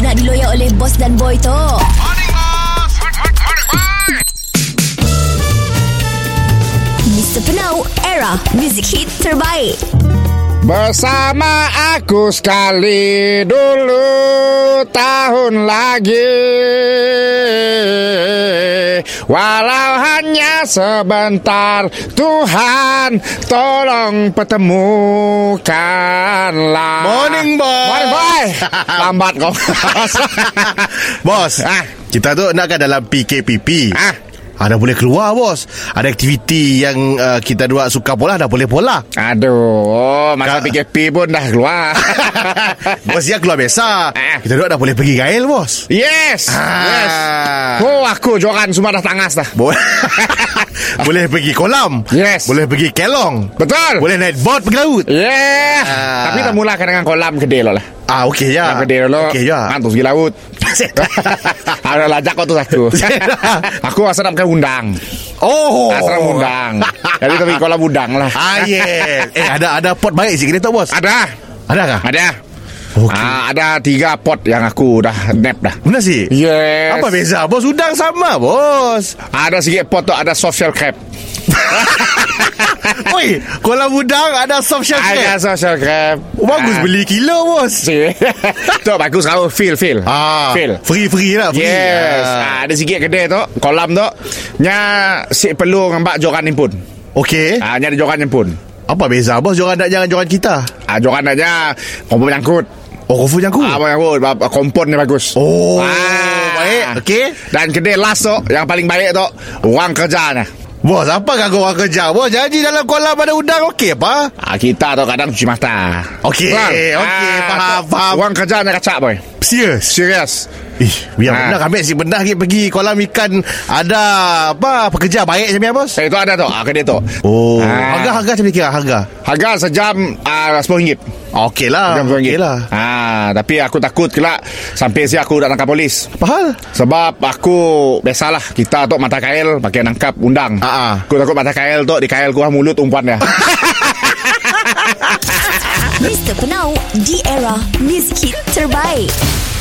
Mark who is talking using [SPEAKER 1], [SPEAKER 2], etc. [SPEAKER 1] oleh Boss dan Boy tu. Mr. Penau, era music hit terbaik.
[SPEAKER 2] Bersama aku sekali dulu tahun lagi Walau hanya sebentar Tuhan tolong pertemukanlah
[SPEAKER 3] Morning, boss.
[SPEAKER 2] Morning boy Lambat kau
[SPEAKER 3] Bos
[SPEAKER 2] Ah.
[SPEAKER 3] Kita tu nak kan dalam PKPP
[SPEAKER 2] Ah.
[SPEAKER 3] Anda boleh keluar bos Ada aktiviti yang uh, kita dua suka pola Dah boleh pola
[SPEAKER 2] Aduh oh, Masa
[SPEAKER 3] Kak.
[SPEAKER 2] PKP pun dah keluar
[SPEAKER 3] Bos dia keluar biasa
[SPEAKER 2] Ah.
[SPEAKER 3] Kita dua dah boleh pergi gail bos
[SPEAKER 2] Yes Yes
[SPEAKER 3] Ah.
[SPEAKER 2] Oh aku joran semua dah tangas dah
[SPEAKER 3] Bo- Boleh pergi kolam
[SPEAKER 2] Yes.
[SPEAKER 3] Boleh pergi kelong
[SPEAKER 2] Betul
[SPEAKER 3] Boleh naik board pergi laut
[SPEAKER 2] Yeah Eh,
[SPEAKER 3] Ah.
[SPEAKER 2] Tapi tak mula dengan kolam gede lah lah
[SPEAKER 3] Ah okey ya
[SPEAKER 2] Kolam gede dulu
[SPEAKER 3] Okey ya
[SPEAKER 2] Mantus pergi laut Ada lajak kau tu satu Aku asal nak makan undang
[SPEAKER 3] Oh
[SPEAKER 2] Asal nak undang Jadi tapi kolam undang lah
[SPEAKER 3] Ah yes Eh ada ada pot baik sikit ni tu bos
[SPEAKER 2] Ada
[SPEAKER 3] Ada kah?
[SPEAKER 2] Ada
[SPEAKER 3] Okey.
[SPEAKER 2] ah, Ada tiga pot yang aku dah nap dah
[SPEAKER 3] Benar sih?
[SPEAKER 2] Yes
[SPEAKER 3] Apa beza? Bos udang sama, bos.
[SPEAKER 2] Ada sikit pot tu ada social crab
[SPEAKER 3] Oi, kolam udang ada soft shell
[SPEAKER 2] Ada
[SPEAKER 3] crab.
[SPEAKER 2] social crab
[SPEAKER 3] Oh, Bagus
[SPEAKER 2] Ah.
[SPEAKER 3] beli kilo, bos.
[SPEAKER 2] Si. Tu bagus kau Feel feel
[SPEAKER 3] Ah.
[SPEAKER 2] Feel
[SPEAKER 3] free-free lah, free.
[SPEAKER 2] Ah, Yes
[SPEAKER 3] Ah.
[SPEAKER 2] ah. Ada sikit kedai tu Kolam tu Nya Si perlu ngambak joran ni pun
[SPEAKER 3] Okey.
[SPEAKER 2] ah, Nya ada joran ni pun
[SPEAKER 3] Apa beza, bos? Jangan nak jangan jangan kita.
[SPEAKER 2] ah, Joran aja Kompon nyangkut
[SPEAKER 3] Oh, kofu yang aku.
[SPEAKER 2] ah, Apa nyangkut ah, Kompon ni bagus
[SPEAKER 3] Oh, baik. Okey.
[SPEAKER 2] Dan kedai last tu Yang paling baik tu Orang kerja ni
[SPEAKER 3] Bos, apa kah kau orang kerja? Bos, janji dalam kolam ada udang okey apa?
[SPEAKER 2] ah, Kita tu kadang cuci mata
[SPEAKER 3] Okey,
[SPEAKER 2] Faham?
[SPEAKER 3] okey, faham,
[SPEAKER 2] tu,
[SPEAKER 3] faham.
[SPEAKER 2] Orang kerja ni kacak boy
[SPEAKER 3] Serius.
[SPEAKER 2] Serius
[SPEAKER 3] Ih, biar
[SPEAKER 2] Ah.
[SPEAKER 3] benar kami si benar pergi, pergi kolam ikan ada apa pekerja baik macam ni, bos?
[SPEAKER 2] Saya tu ada tu ah, Kedai tu
[SPEAKER 3] Oh,
[SPEAKER 2] Ah.
[SPEAKER 3] harga harga macam ni kira harga.
[SPEAKER 2] Harga sejam ah, RM10
[SPEAKER 3] Okey lah.
[SPEAKER 2] Jam RM10
[SPEAKER 3] Okey lah.
[SPEAKER 2] ah, Tapi aku takut kelak Sampai si aku nak tangkap polis
[SPEAKER 3] Apa hal?
[SPEAKER 2] Sebab aku Biasalah Kita tu mata kail Pakai nangkap undang
[SPEAKER 3] Ah, ah.
[SPEAKER 2] Aku takut mata kail tu Di kail kurang mulut umpan dia
[SPEAKER 1] Mr. Penau, di era music hit terbaik.